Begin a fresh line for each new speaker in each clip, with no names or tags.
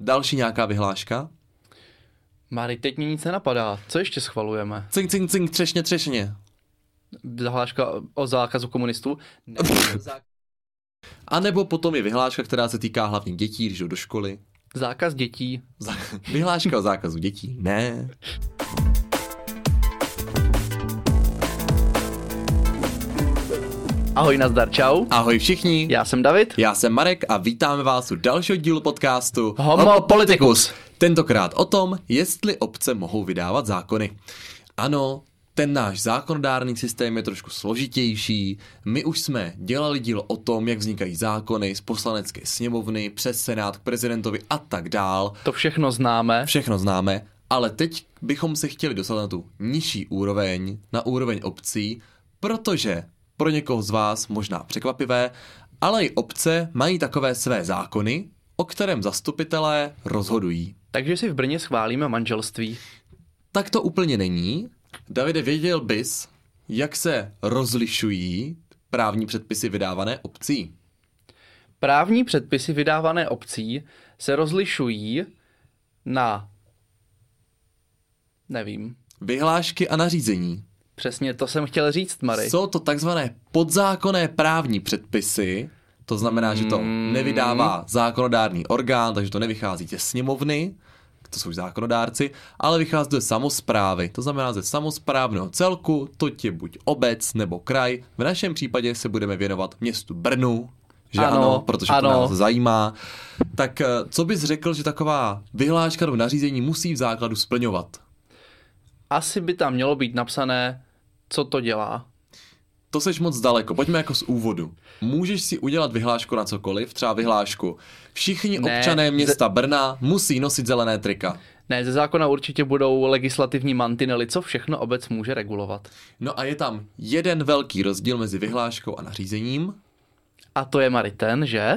Další nějaká vyhláška?
Máry, teď mě nic nenapadá. Co ještě schvalujeme?
Cink, cink, cink, třešně, třešně.
Vyhláška o zákazu komunistů? Ne, zá-
A nebo potom je vyhláška, která se týká hlavně dětí, když jdou do školy.
zákaz dětí.
Za- Vyhláška o zákazu dětí. Ne.
Ahoj, nazdar, čau.
Ahoj všichni.
Já jsem David.
Já jsem Marek a vítáme vás u dalšího dílu podcastu
Homo Politicus.
Tentokrát o tom, jestli obce mohou vydávat zákony. Ano, ten náš zákonodárný systém je trošku složitější. My už jsme dělali díl o tom, jak vznikají zákony z poslanecké sněmovny, přes senát k prezidentovi a tak dál.
To všechno známe.
Všechno známe, ale teď bychom se chtěli dostat na tu nižší úroveň, na úroveň obcí, protože pro někoho z vás možná překvapivé, ale i obce mají takové své zákony, o kterém zastupitelé rozhodují.
Takže si v Brně schválíme manželství.
Tak to úplně není. Davide, věděl bys, jak se rozlišují právní předpisy vydávané obcí?
Právní předpisy vydávané obcí se rozlišují na... Nevím.
Vyhlášky a nařízení.
Přesně to jsem chtěl říct, Mary.
Jsou to takzvané podzákonné právní předpisy, to znamená, že to nevydává zákonodárný orgán, takže to nevychází ze sněmovny, to jsou zákonodárci, ale vychází to ze samozprávy. To znamená ze samozprávného celku, to je buď obec nebo kraj. V našem případě se budeme věnovat městu Brnu, že ano,
Ano,
ano protože
ano.
to nás zajímá. Tak eh, co bys řekl, že taková vyhláška nebo nařízení musí v základu splňovat?
Asi by tam mělo být napsané, co to dělá.
To seš moc daleko, pojďme jako z úvodu. Můžeš si udělat vyhlášku na cokoliv, třeba vyhlášku. Všichni ne,
Ne,
občané
ze-
města Brna musí nosit zelené trika.
Ne, ze zákona určitě budou legislativní mantinely, co všechno obec může regulovat.
No a je tam jeden velký rozdíl mezi vyhláškou a nařízením.
A to je Mary ten, že?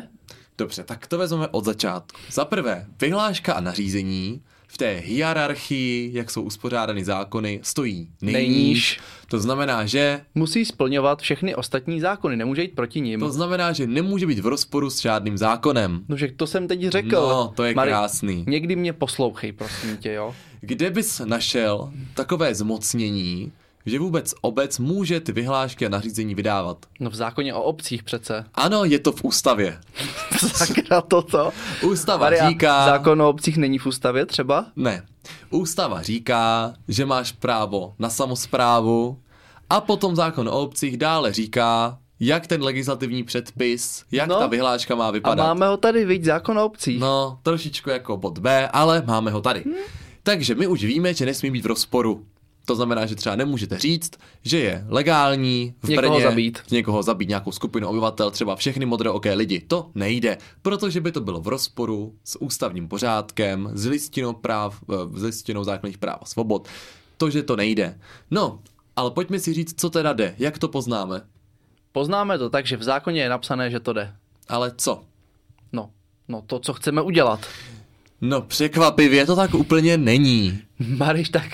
Dobře, tak to vezmeme od začátku. Za prvé, vyhláška a nařízení v té hierarchii, jak jsou uspořádány zákony, stojí nejníž. nejníž.
Nejníž.
To znamená, že
Musí splňovat všechny ostatní zákony, nemůže jít proti ním.
to znamená, že nemůže být v rozporu s žádným zákonem.
No, že to jsem teď řekl.
No, to je krásný.
Někdy mě poslouchej, prosím tě, jo.
Kde bys našel takové zmocnění, že vůbec obec může ty vyhlášky a nařízení vydávat?
No v zákoně o obcích přece.
Ano, je to v ústavě.
Sakra toto.
Ústava
Maria,
říká...
Zákon o obcích není v ústavě třeba?
Ne. Ústava říká, že máš právo na samozprávu a potom zákon o obcích dále říká, jak ten legislativní předpis, jak
No.
ta vyhláška má
A
vypadat.
máme ho tady, viď, zákon o obcích.
No, trošičku jako bod B, ale máme ho tady. Takže my už víme, že nesmí být v rozporu. To znamená, že třeba nemůžete říct, že je legální v
Někoho
Brně
zabít.
někoho zabít, nějakou skupinu obyvatel, třeba všechny modrooké lidi. To nejde, protože by to bylo v rozporu s ústavním pořádkem, s listinou práv, eh, s listinou základních práv a svobod. To, že to nejde. No, ale pojďme si říct, co teda jde, jak to poznáme.
Poznáme to tak, že v zákoně je napsané, že to jde.
Ale co?
No, no to, co chceme udělat.
No překvapivě to tak úplně není.
Mariš, tak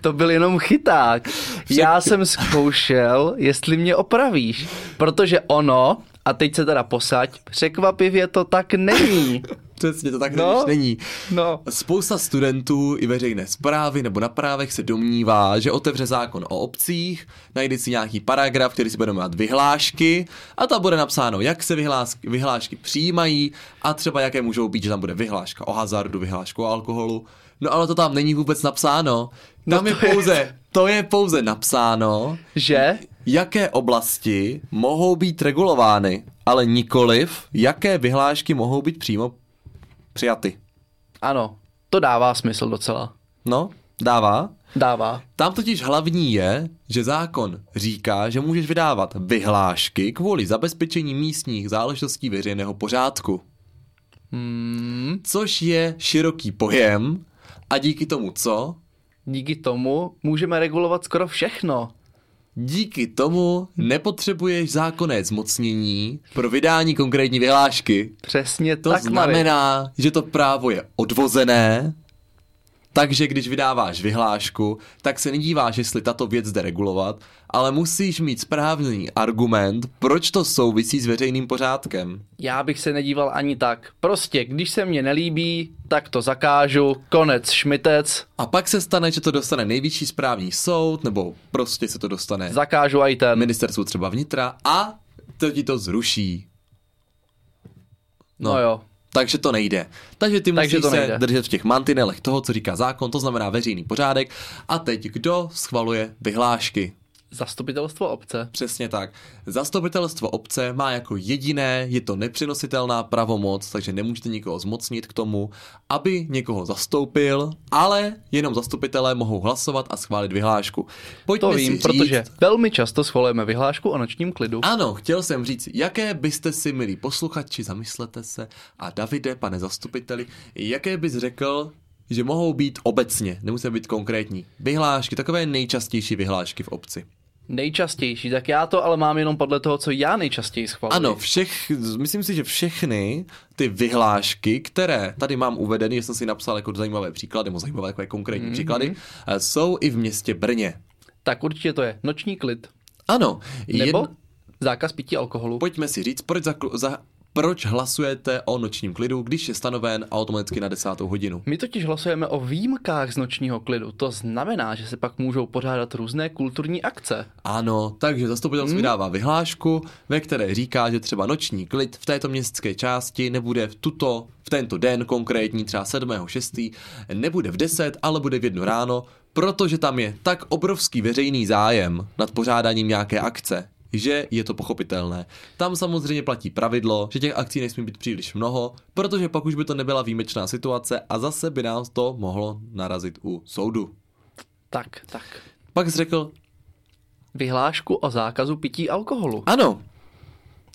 to byl jenom chyták. Já jsem zkoušel, jestli mě opravíš, protože ono, a teď se teda posať, překvapivě to tak není.
Přesně to tak
No.
no. není.
No,
Spousta studentů i veřejné zprávy nebo na právech se domnívá, že otevře zákon o obcích, najde si nějaký paragraf, který si bude jmenovat vyhlášky a tam bude napsáno, jak se vyhlásky, vyhlášky přijímají a třeba jaké můžou být, že tam bude vyhláška o hazardu, vyhláška o alkoholu. No ale to tam není vůbec napsáno. Tam no
No
to
to
je
je-
pouze, je... to je pouze napsáno,
že?
jaké oblasti mohou být regulovány, ale nikoliv, jaké vyhlášky mohou být přímo přijaty.
Ano, to dává smysl docela.
No, dává.
Dává.
Tam totiž hlavní je, že zákon říká, že můžeš vydávat vyhlášky kvůli zabezpečení místních záležitostí veřejného pořádku.
Hmm,
Což je široký pojem a díky tomu co?
díky tomu můžeme regulovat skoro všechno.
Díky tomu nepotřebuješ zákonné zmocnění pro vydání konkrétní vyhlášky.
Přesně
To
tak, Mary.
znamená, že to právo je odvozené Takže když vydáváš vyhlášku, tak se nedíváš, jestli tato věc jde regulovat, ale musíš mít správný argument, proč to souvisí s veřejným pořádkem.
Já bych se nedíval ani tak. Prostě, když se mně nelíbí, tak to zakážu, konec šmitec,
A pak se stane, že to dostane nejvyšší správní soud, nebo prostě se to dostane
zakážu i ten.
ministerstvu třeba vnitra a to ti to zruší.
No, no jo.
Takže to nejde. Takže ty
Takže
musíš
to
se
nejde.
držet v těch mantinelech toho, co říká zákon, to znamená veřejný pořádek. A teď kdo schvaluje vyhlášky?
Zastupitelstvo obce.
Přesně tak. Zastupitelstvo obce má jako jediné, je to nepřenositelná pravomoc, takže nemůžete nikoho zmocnit k tomu, aby někoho zastoupil, ale jenom zastupitelé mohou hlasovat a schválit vyhlášku. Pojďme
To
si
vím,
říct,
protože velmi často schvalujeme vyhlášku o nočním klidu.
ano, chtěl jsem říct, jaké byste si, milí posluchači, zamyslete se a Davide, pane zastupiteli, jaké bys řekl, že mohou být obecně, nemusí být konkrétní, vyhlášky, takové nejčastější vyhlášky v obci.
Nejčastější, tak já to ale mám jenom podle toho, co já nejčastěji schvaluji.
Ano, všech, myslím si, že všechny ty vyhlášky, které tady mám uvedeny, já jsem si napsal jako zajímavé příklady, nebo zajímavé takové konkrétní mm-hmm. příklady, eh, jsou i v městě Brně.
Tak určitě to je noční klid.
Ano,
Nebo
jedn-
zákaz pití alkoholu.
pojďme si říct, proč, za, za, proč hlasujete o nočním klidu, když je stanoven automaticky na desátou hodinu.
My totiž hlasujeme o výjimkách z nočního klidu. To znamená, že se pak můžou pořádat různé kulturní akce.
Ano, takže zastupitelstvo hmm. vydává vyhlášku, ve které říká, že třeba noční klid v této městské části nebude v tuto, v tento den konkrétní, třeba 7.6., nebude v 10, ale bude v jedno ráno, protože tam je tak obrovský veřejný zájem nad pořádáním nějaké akce, že je to pochopitelné. Tam samozřejmě platí pravidlo, že těch akcí nesmí být příliš mnoho, protože pak už by to nebyla výjimečná situace a zase by nás to mohlo narazit u soudu.
Tak, tak.
Pak jsi řekl,
Vyhlášku o zákazu pití alkoholu.
ano,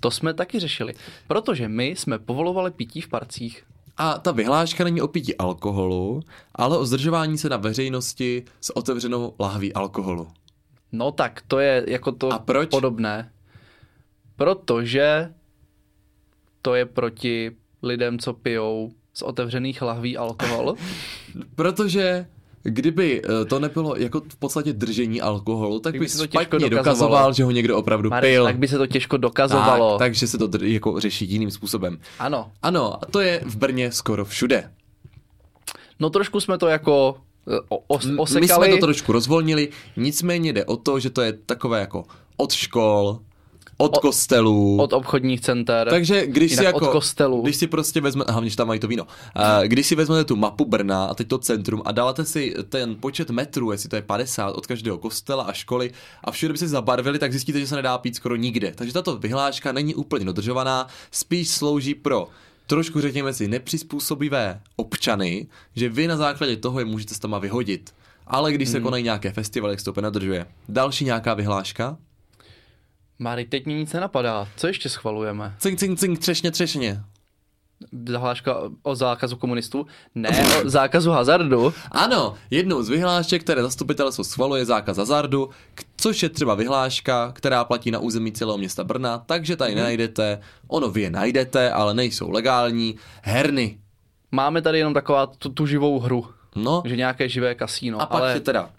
To jsme taky řešili, protože my jsme povolovali pití v parcích.
A ta vyhláška není o pití alkoholu, ale o zdržování se na veřejnosti s otevřenou lahví alkoholu.
No tak, to je jako to
A proč?
podobné. Protože to je proti lidem, co pijou z otevřených lahví alkohol.
Protože kdyby eh, to nebylo jako v podstatě držení alkoholu, tak
Kdyby
by
se to
se
těžko
špatně
dokazovalo.
dokazoval, že ho někdo opravdu
Marek,
pil.
tak by se to těžko dokazovalo.
tak, takže se to dr- jako řeší jiným způsobem.
Ano.
Ano, a to je v Brně skoro všude.
No trošku jsme to jako eh, o- os-
My
osekali.
jsme to trošku rozvolnili, nicméně jde o to, že to je takové jako od škol, od kostelů,
od obchodních center.
Takže když si
Jinak
jako,
od kostelů.
když si prostě vezme, hlavně, že tam mají to víno, Eh, když si vezmete tu mapu Brna a teď to centrum a dáte si ten počet metrů, jestli to je 50 od každého kostela a školy a všude by si zabarvili, tak zjistíte, že se nedá pít skoro nikde. Takže tato vyhláška není úplně dodržovaná, spíš slouží pro trošku řekněme si nepřizpůsobivé občany, že vy na základě toho je můžete s tama vyhodit. Ale když se konají nějaké festivaly, jak se to úplně nadržuje. Další nějaká vyhláška?
Mary, teď mě nic nenapadá. Co ještě schvalujeme?
Cink, cink, cink, třešně, třešně.
Zahláška o zákazu komunistů? Ne, o zákazu hazardu.
Ano, jednou z vyhlášek, které zastupitelstvo schvaluje zákaz hazardu, k- což je třeba vyhláška, která platí na území celého města Brna, takže tady
Mhm.
nenajdete, ono vy je najdete, ale nejsou legální, herny.
Máme tady jenom taková tu, tu živou hru.
No,
Že nějaké živé kasíno,
a pak
ale
ale... teda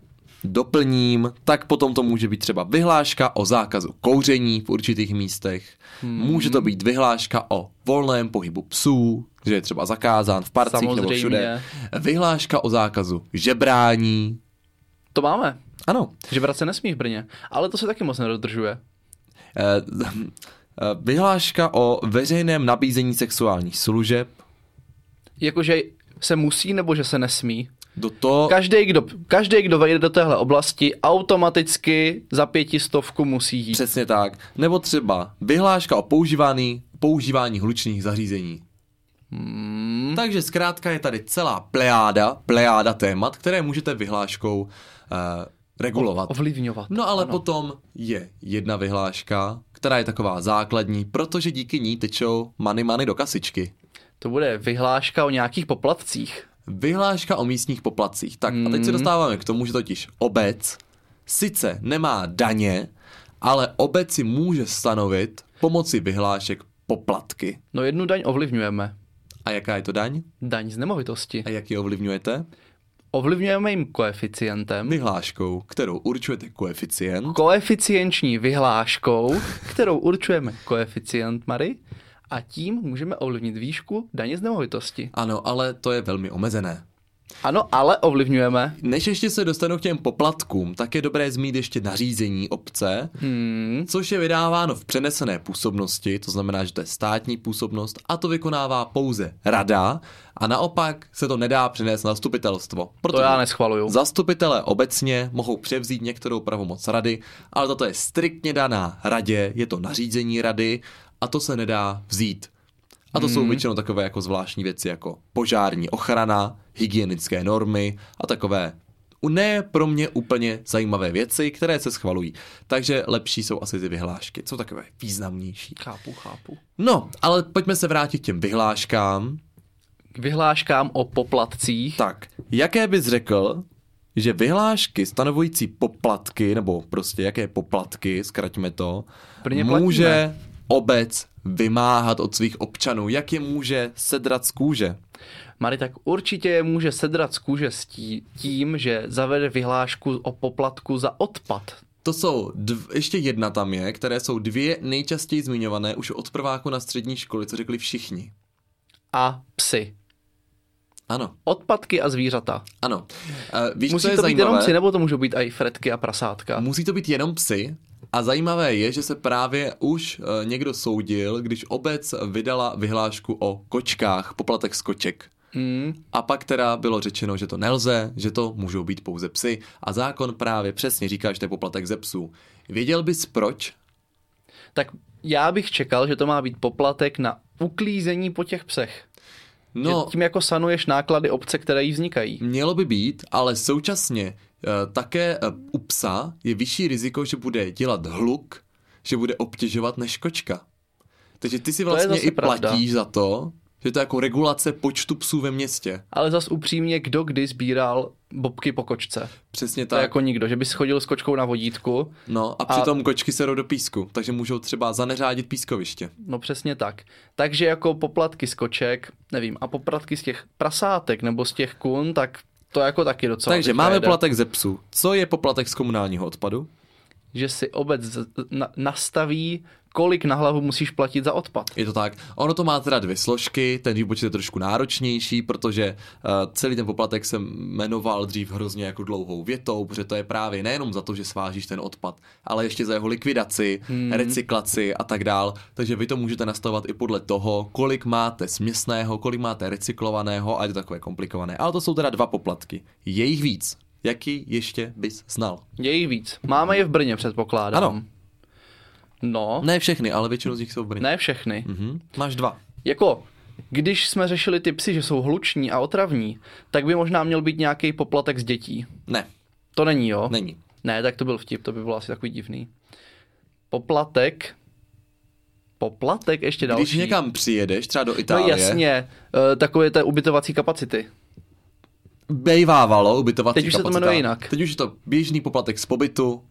doplním, tak potom to může být třeba vyhláška o zákazu kouření v určitých místech.
Mhm.
Hmm. Může to být vyhláška o volném pohybu psů, že je třeba zakázán v parcích nebo
Samozřejmě.
všude. Vyhláška o zákazu žebrání.
to máme.
Ano,
Že brat se nesmí v Brně. Ale to se taky moc nedodržuje.
Eh, eh, Vyhláška o veřejném nabízení sexuálních služeb.
Jakože se musí nebo že se nesmí.
Do to,
Každý, kdo, každý, kdo vejde do téhle oblasti, automaticky za pětistovku musí jít.
přesně tak. Nebo třeba vyhláška o používání, používání hlučných zařízení. Hmm. Takže zkrátka je tady celá plejáda, plejáda témat, které můžete vyhláškou eh, regulovat.
Ovlivňovat.
No ale ano. potom je jedna vyhláška, která je taková základní, protože díky ní tečou many many do kasičky.
To bude vyhláška o nějakých poplatcích.
Vyhláška o místních poplacích. Tak a teď se dostáváme k tomu, že totiž obec sice nemá daně, ale obec si může stanovit pomocí vyhlášek poplatky.
No jednu daň ovlivňujeme.
A jaká je to daň?
Daň z nemovitosti.
A jak ji ovlivňujete?
ovlivňujeme jim koeficientem,
Vyhláškou, kterou určujete koeficient,
koeficienční vyhláškou, kterou určujeme koeficient Mary, a tím můžeme ovlivnit výšku daně z nemovitosti.
ano, ale to je velmi omezené.
Ano, ale ovlivňujeme.
Než ještě se dostanu k těm poplatkům, tak je dobré zmínit ještě nařízení obce,
Hmm.
což je vydáváno v přenesené působnosti, to znamená, že to je státní působnost a to vykonává pouze rada a naopak se to nedá přenést na zastupitelstvo.
To
protože
já neschvaluju.
Zastupitelé obecně mohou převzít některou pravomoc rady, ale toto je striktně daná radě, je to nařízení rady a to se nedá vzít. A to jsou většinou takové jako zvláštní věci jako požární ochrana, hygienické normy a takové u- ne pro mě úplně zajímavé věci, které se schvalují. Takže lepší jsou asi ty vyhlášky, jsou takové významnější.
Chápu, chápu.
No, ale pojďme se vrátit k těm vyhláškám.
K vyhláškám o poplatcích.
Tak, jaké bys řekl, že vyhlášky stanovující poplatky, nebo prostě jaké poplatky, zkraťme to,
Brně
může
platíme.
obec vymáhat od svých občanů, jak je může sedrat z kůže.
Mary tak určitě je může sedrat z kůže s tí- tím, že zavede vyhlášku o poplatku za odpad.
To jsou, dv, ještě jedna tam je, které jsou dvě nejčastěji zmiňované už od prváku na střední školy, co řekli všichni.
A psy.
Ano,
Odpadky a zvířata.
ano. Uh, víš,
Musí
co je
to být
zajímavé?
jenom psy, nebo to můžou být i fretky a prasátka?
Musí to být jenom psy. A zajímavé je, že se právě už eh, někdo soudil, když obec vydala vyhlášku o kočkách, poplatek z koček.
Mm.
A pak teda bylo řečeno, že to nelze, že to můžou být pouze psy. A zákon právě přesně říká, že to je poplatek ze psů. Věděl bys proč?
Tak já bych čekal, že to má být poplatek na uklízení po těch psech. No.
No,
Že tím jako sanuješ náklady obce, které jí vznikají.
Mělo by být, ale současně eh, také eh, u psa je vyšší riziko, že bude dělat hluk, že bude obtěžovat než kočka. Takže ty si
je
vlastně
zase
i
pravda.
platíš za to, že to je jako regulace počtu psů ve městě.
Ale zas upřímně, kdo kdy sbíral bobky po kočce?
Přesně
To
tak.
jako nikdo, že bys chodil s kočkou na vodítku.
No a
a-
přitom kočky serou do písku, takže můžou třeba zaneřádit pískoviště.
No přesně tak. Takže jako poplatky z koček, nevím, a poplatky z těch prasátek nebo z těch kun, tak to jako taky docela
takže
teďka
máme
jede.
poplatek ze psů. Co je poplatek z komunálního odpadu?
Že si obec z- na- nastaví, kolik na hlavu musíš platit za odpad.
Je to tak. Ono to má teda dvě složky, ten výpočet je trošku náročnější, protože uh, celý ten poplatek se jmenoval dřív hrozně jako dlouhou větou, protože to je právě nejenom za to, že svážíš ten odpad, ale ještě za jeho likvidaci, hmm. recyklaci a tak dál. Takže vy to můžete nastavovat i podle toho, kolik máte směsného, kolik máte recyklovaného a je to takové komplikované. Ale to jsou teda dva poplatky. Je jich víc. Jaký ještě bys znal?
Je jich víc. Máme je v Brně, předpokládám.
Ano.
No, ne,
Ne všechny, ale většinu z nich jsou v Brně.
ne všechny.
Mhm. Máš dva.
Jako, když jsme řešili ty psy, že jsou hluční a otravní, tak by možná měl být nějaký poplatek z dětí.
Ne,
To není, jo?
není.
Ne, tak to byl vtip, to by bylo asi takový divný. Poplatek. Poplatek ještě další.
Když někam přijedeš, třeba do
No
Itálie,
jasně, eh, takové té ubytovací kapacity.
bejvávalo ubytovací
Teď už se to
kapacita.
jmenuje jinak.
Teď už je to běžný poplatek z pobytu.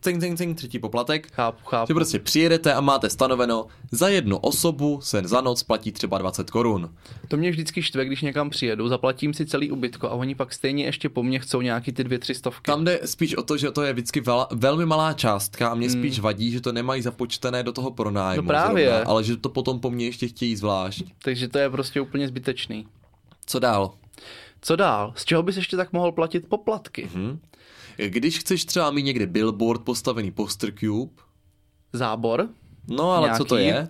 Cing, cing, cing, třetí poplatek.
Chápu, chápu.
Že prostě přijedete a máte stanoveno, za jednu osobu se za noc platí třeba 20 korun.
To mě vždycky štve, když někam přijedu, zaplatím si celý ubytko a oni pak stejně ještě po mně chcou nějaký ty dvě, tři stovky.
Tam jde spíš o to, že to je vždycky vel, velmi malá částka a mě spíš vadí, že to nemají započtené do toho pronájmu.
Hmm. No právě.
Zrovna, ale že to potom po mně ještě chtějí zvlášť.
Takže to je prostě úplně zbytečný.
Co dál?
Co dál? Z čeho bys ještě tak mohl platit poplatky?
Mhm. Když chceš třeba mít někde billboard postavený poster cube,
Zábor?
no ale co to
Nějaký?
je?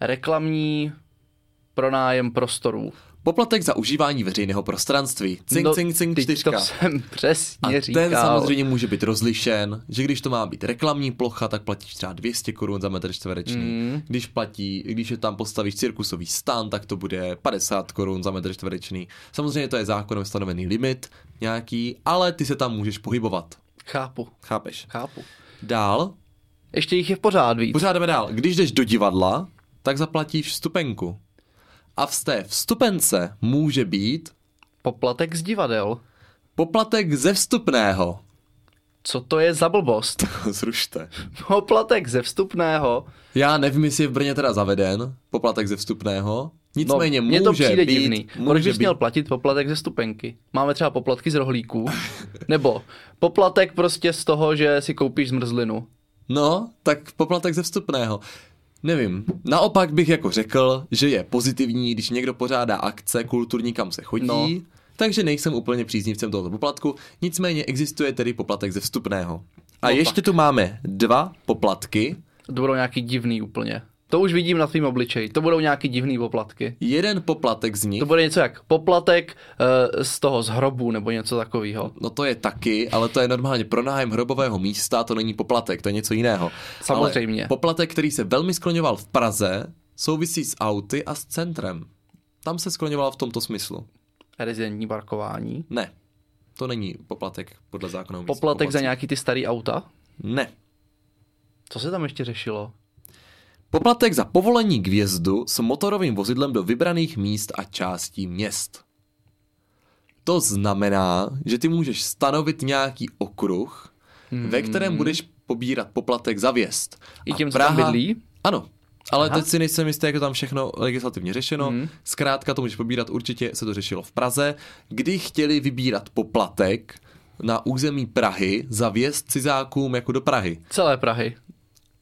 Reklamní pronájem prostorů.
Poplatek za užívání veřejného prostranství. Cing,
No,
cing, cing,
teď
čtyřka.
To jsem
A
přesně říkal.
ten samozřejmě může být rozlišen, že když to má být reklamní plocha, tak platíš třeba 200 korun za metr čtvereční.
Mm.
Když platí, když je tam postavíš cirkusový stan, tak to bude 50 korun za metr čtvereční. Samozřejmě to je zákonem stanovený limit nějaký, ale ty se tam můžeš pohybovat.
Chápu,
Chápeš?
chápu.
Dál,
Ještě jich je pořád víc.
pořád jdeme dál. Když jdeš do divadla, tak zaplatíš vstupenku. A v té vstupence může být
Poplatek z divadel.
poplatek ze vstupného.
Co to je za blbost?
Zrušte.
Poplatek ze vstupného. No,
Já nevím, jestli je v Brně teda zaveden poplatek ze vstupného, Nicméně
no,
může
mně to přijde
být,
divný.
může
Proč bys
být.
měl platit poplatek ze stupenky? Máme třeba poplatky z rohlíků, nebo poplatek prostě z toho, že si koupíš zmrzlinu.
No, tak poplatek ze vstupného. Nevím. Naopak bych jako řekl, že je pozitivní, když někdo pořádá akce kulturní, kam se chodí. No.
No.
Takže nejsem úplně příznivcem tohoto poplatku. Nicméně existuje tedy poplatek ze vstupného. A no ještě tak. tu máme dva poplatky.
To budou nějaký divný úplně. To už vidím na tvým obličeji. To budou nějaký divný poplatky.
Jeden poplatek z nich.
To bude něco jak poplatek uh, z toho z hrobu nebo něco takového.
No to je taky, ale to je normálně pronájem hrobového místa, to není poplatek, to je něco jiného.
Samozřejmě.
Ale poplatek, který se velmi skloňoval v Praze, souvisí s auty a s centrem. Tam se skloňoval v tomto smyslu.
Rezidentní parkování.
Ne, to není poplatek podle zákona. o místních
Poplatek za
poplatcích.
nějaký ty starý auta?
Ne.
Co se tam ještě řešilo?
Poplatek za povolení k vjezdu s motorovým vozidlem do vybraných míst a částí měst. To znamená, že ty můžeš stanovit nějaký okruh, mm. ve kterém budeš pobírat poplatek za vjezd.
Hmm. I
A
těm, co tam bydlí?
Ano, ale Aha.
Aha. Hmm.
teď si nejsem jistý, jak je tam všechno legislativně řešeno. Mm. Zkrátka to můžeš pobírat, určitě se to řešilo v Praze, kdy chtěli vybírat poplatek na území Prahy za vjezd cizákům jako do Prahy.
Celé Prahy.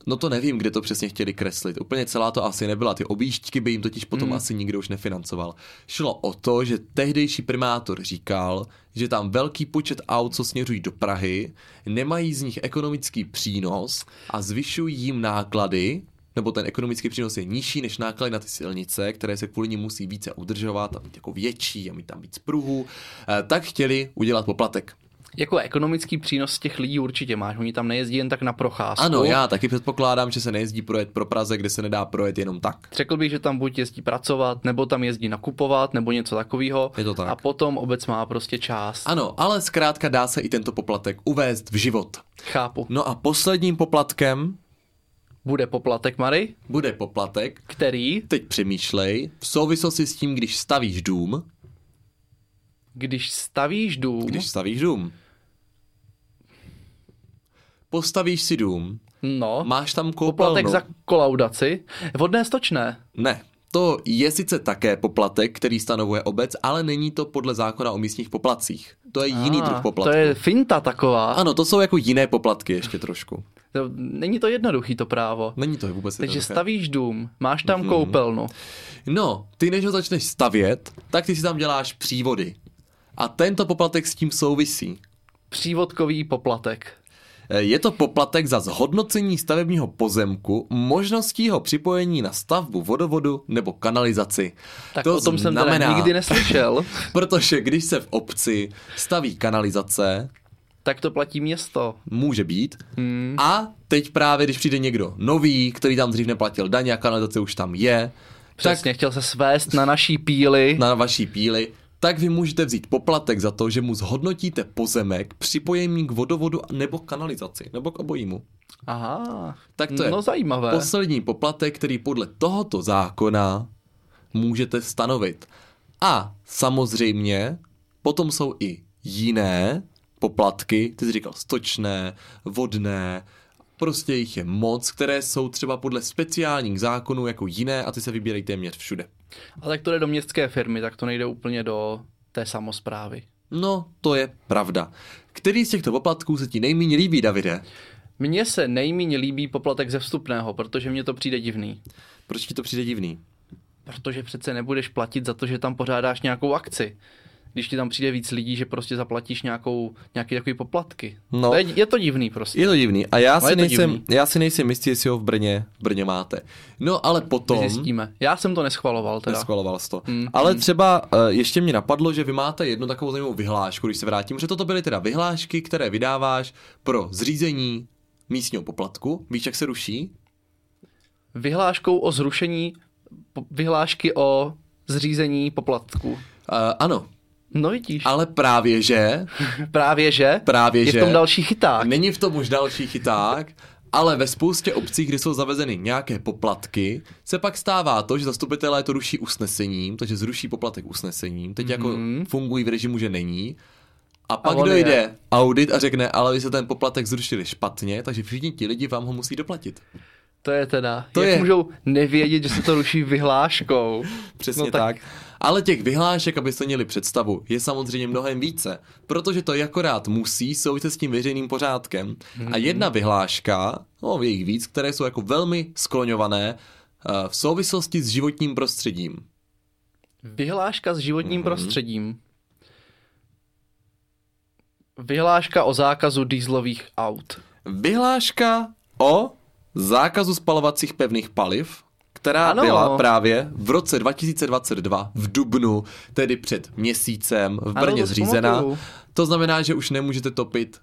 No to nevím, kde to přesně chtěli kreslit. Úplně celá to asi nebyla. Ty objížďky by jim totiž potom hmm. asi nikdo už nefinancoval. Šlo o to, že tehdejší primátor říkal, že tam velký počet aut, co směřují do Prahy, nemají z nich ekonomický přínos a zvyšují jim náklady, nebo ten ekonomický přínos je nižší než náklady na ty silnice, které se kvůli ní musí více udržovat a být jako větší a mít tam víc pruhů, Eh, tak chtěli udělat poplatek.
Jako ekonomický přínos těch lidí určitě máš. Oni tam nejezdí jen tak na procházku.
Ano, já taky předpokládám, že se nejezdí projet pro Praze, kde se nedá projet jenom tak.
Řekl bych, že tam buď jezdí pracovat, nebo tam jezdí nakupovat, nebo něco takového.
Je to tak.
A potom obec má prostě část.
Ano, ale zkrátka dá se i tento poplatek uvést v život.
Chápu.
No a posledním poplatkem
Bude poplatek, Mary?
bude poplatek,
Který,
teď přemýšlej, v souvislosti s tím, když stavíš dům,
když stavíš dům,
když stavíš dům, postavíš si dům,
no,
máš tam koupelnu.
poplatek za kolaudaci, vodné stočné.
Ne, to je sice také poplatek, který stanovuje obec, ale není to podle zákona o místních poplacích. To je jiný
Ah,
druh poplatku.
To je finta taková.
Ano, to jsou jako jiné poplatky ještě trošku.
To- Není to jednoduchý to právo.
Není to vůbec
Takže
jednoduché. Mhm.
stavíš dům, máš tam koupelnu.
No, ty než ho začneš stavět, tak ty si tam děláš přívody. A tento poplatek s tím souvisí.
Přívodkový poplatek.
E, Je to poplatek za zhodnocení stavebního pozemku, možností ho připojení na stavbu vodovodu nebo kanalizaci.
Tak to o tom jsem teda nikdy neslyšel.
Protože když se v obci staví kanalizace,
tak to platí město.
může být,
Hm.
hmm. a teď právě, když přijde někdo nový, který tam dřív neplatil daně a kanalizace už tam je, tak
Přesně, chtěl se svést na naší píli.
na vaší píli, tak vy můžete vzít poplatek za to, že mu zhodnotíte pozemek připojení k vodovodu nebo kanalizaci, nebo k obojímu.
Aha,
Tak to je
no zajímavé.
poslední poplatek, který podle tohoto zákona můžete stanovit. A samozřejmě potom jsou i jiné poplatky, ty jsi říkal stočné, vodné, prostě jich je moc, které jsou třeba podle speciálních zákonů jako jiné a ty se vybírají téměř všude.
A tak to jde do městské firmy, tak to nejde úplně do té samozprávy.
No, to je pravda. Který z těchto poplatků se ti nejméně líbí, Davide?
Mně se nejméně líbí poplatek ze vstupného, protože mně to přijde divný.
Proč ti to přijde divný?
Protože přece nebudeš platit za to, že tam pořádáš nějakou akci. Když ti tam přijde víc lidí, že prostě zaplatíš nějakou, nějaký takový poplatky.
No.
To je, je to divný prostě.
Je to divný. A já
je
si,
to
nejsem,
divný.
já si nejsem jistý, jestli ho v Brně, v Brně máte. No, ale
To
potom...
Zjistíme. Já jsem to neschvaloval teda.
Neschvaloval jsi to. Mm,
Mm,
ale třeba eh, ještě mě napadlo, že vy máte jednu takovou zajímavou vyhlášku, když se vrátím, že toto byly teda vyhlášky, které vydáváš pro zřízení místního poplatku. Víš, jak se ruší?
Vyhláškou o zrušení po- vyhlášky o zřízení poplatku.
Uh, ano,
No vidíš,
ale právě že
právě že,
Právě
je
že.
v tom další chyták.
Není v tom už další chyták, ale ve spoustě obcí, kde jsou zavezeny nějaké poplatky, se pak stává to, že zastupitelé to ruší usnesením, takže zruší poplatek usnesením. Teď jako fungují v režimu, že není. A pak
Mhm. on
dojde
je.
audit a řekne, ale vy se ten poplatek zrušili špatně, takže všichni ti lidi vám ho musí doplatit.
To je teda,
To
to jak
je.
je. můžou nevědět, že se to ruší vyhláškou.
Přesně no
No
tak.
tak.
tak. Ale těch vyhlášek, abyste měli představu, je samozřejmě mnohem více, protože to jakorát musí souviset s tím veřejným pořádkem. A jedna vyhláška, no je jich víc, které jsou jako velmi skloňované eh, v souvislosti s životním prostředím.
Vyhláška s
Mhm.
životním mm-hmm. prostředím. Vyhláška o zákazu dýzlových aut.
Vyhláška o zákazu spalovacích pevných paliv, která ano.
Ano.
byla právě v roce 2022 v Dubnu, tedy před měsícem v
Ano,
Brně
to si
zřízena.
pamatuju.
To znamená, že už nemůžete topit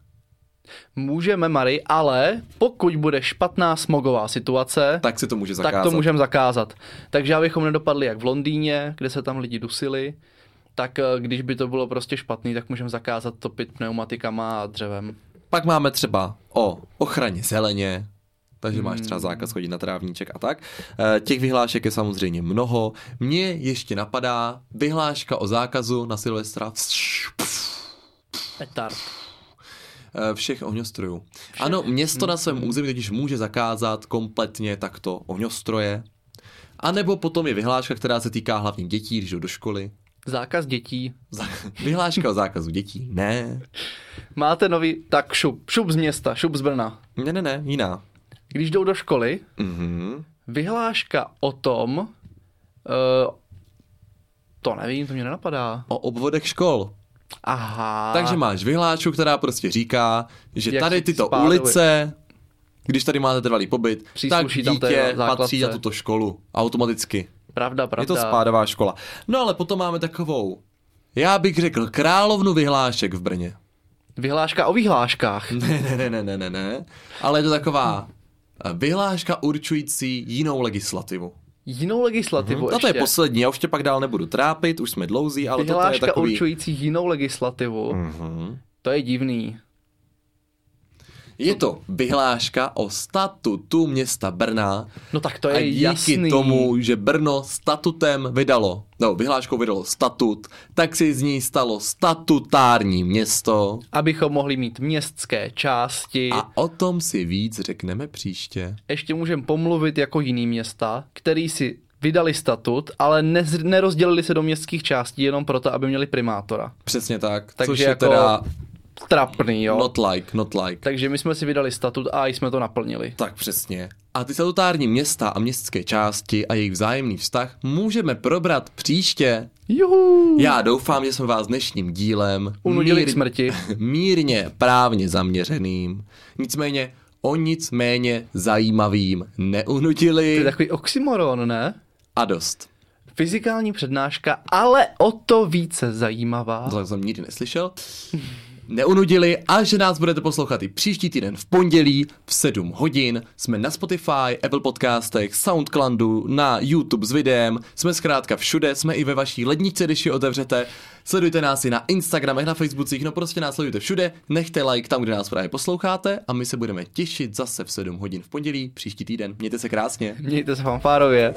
Můžeme, Mary, ale pokud bude špatná smogová situace,
tak se to může zakázat.
tak to můžeme zakázat. Takže abychom nedopadli jak v Londýně, kde se tam lidi dusili, tak eh, když by to bylo prostě špatný, tak můžeme zakázat topit pneumatikama a dřevem.
Pak máme třeba o ochraně zeleně, takže máš třeba zákaz chodit na trávníček a tak. Eh, Těch vyhlášek je samozřejmě mnoho. Mně ještě napadá vyhláška o zákazu na Silvestra vš-
Petard.
eh, všech Hmm. ohňostrojů. Ano, město na svém území totiž může zakázat kompletně takto ohňostroje. A nebo potom je vyhláška, která se týká hlavně dětí, když jdou do školy.
Zákaz dětí.
Za- Vyhláška o zákazu dětí? Ne.
Máte nový, tak šup, šup z města, šup z Brna.
Ne, ne, ne, jiná.
Když jdou do školy,
Mhm.
vyhláška o tom, uh, to nevím, to mě nenapadá.
O obvodech škol.
Aha.
Takže máš vyhlášku, která prostě říká, že
Jak
tady
si
tyto
spálili.
ulice, když tady máte trvalý pobyt,
Přísluší
tak
tam té
dítě
základce.
patří na tuto školu automaticky.
Pravda, pravda.
Je to spádová škola. No ale potom máme takovou, já bych řekl, královnu vyhlášek v Brně.
Vyhláška o vyhláškách.
Ne, ne, ne, ne, ne, ne, ne. Ale je to taková eh, vyhláška určující jinou legislativu.
Jinou legislativu
Mhm. A to je
ještě.
poslední, já už tě pak dál nebudu trápit, už jsme dlouzí, ale toto je
Vyhláška
takový...
určující jinou legislativu.
Mhm.
To je divný.
Je to vyhláška o statutu města Brna,
No tak to je
A díky
jasný.
tomu, že Brno statutem vydalo, no vyhláškou vydalo statut, tak si z něj stalo statutární město.
Abychom mohli mít městské části. A...
A o tom si víc řekneme příště.
Ještě můžeme pomluvit jako jiný města, který si vydali statut, ale nez, nerozdělili se do městských částí jenom proto, aby měli primátora.
Přesně tak,
Takže
což je
jako-
teda No.
Trapný, jo.
not like, not like.
Takže my jsme si vydali statut a jsme to naplnili.
Tak přesně. A ty statutární města a městské části a jejich vzájemný vztah můžeme probrat příště.
Juhu!
Já doufám, že jsme vás dnešním dílem
Unudili k
mír-
smrti.
mírně právně zaměřeným, nicméně o nic méně zajímavým
To je
neunutili
takový oxymoron, ne?
a dost.
Fyzikální přednáška, ale o to více zajímavá.
To jsem nikdy neslyšel. Neunudili a že nás budete poslouchat i příští týden v pondělí v 7 hodin. Jsme na Spotify, Apple Podcastech, Soundcloudu, na YouTube s videem. Jsme zkrátka všude, jsme i ve vaší ledničce, když ji otevřete. Sledujte nás i na Instagramech, na Facebookích, no prostě nás sledujte všude. Nechte like tam, kde nás právě posloucháte a my se budeme těšit zase v 7 hodin v pondělí příští týden. Mějte se krásně.
Mějte se fanfárově.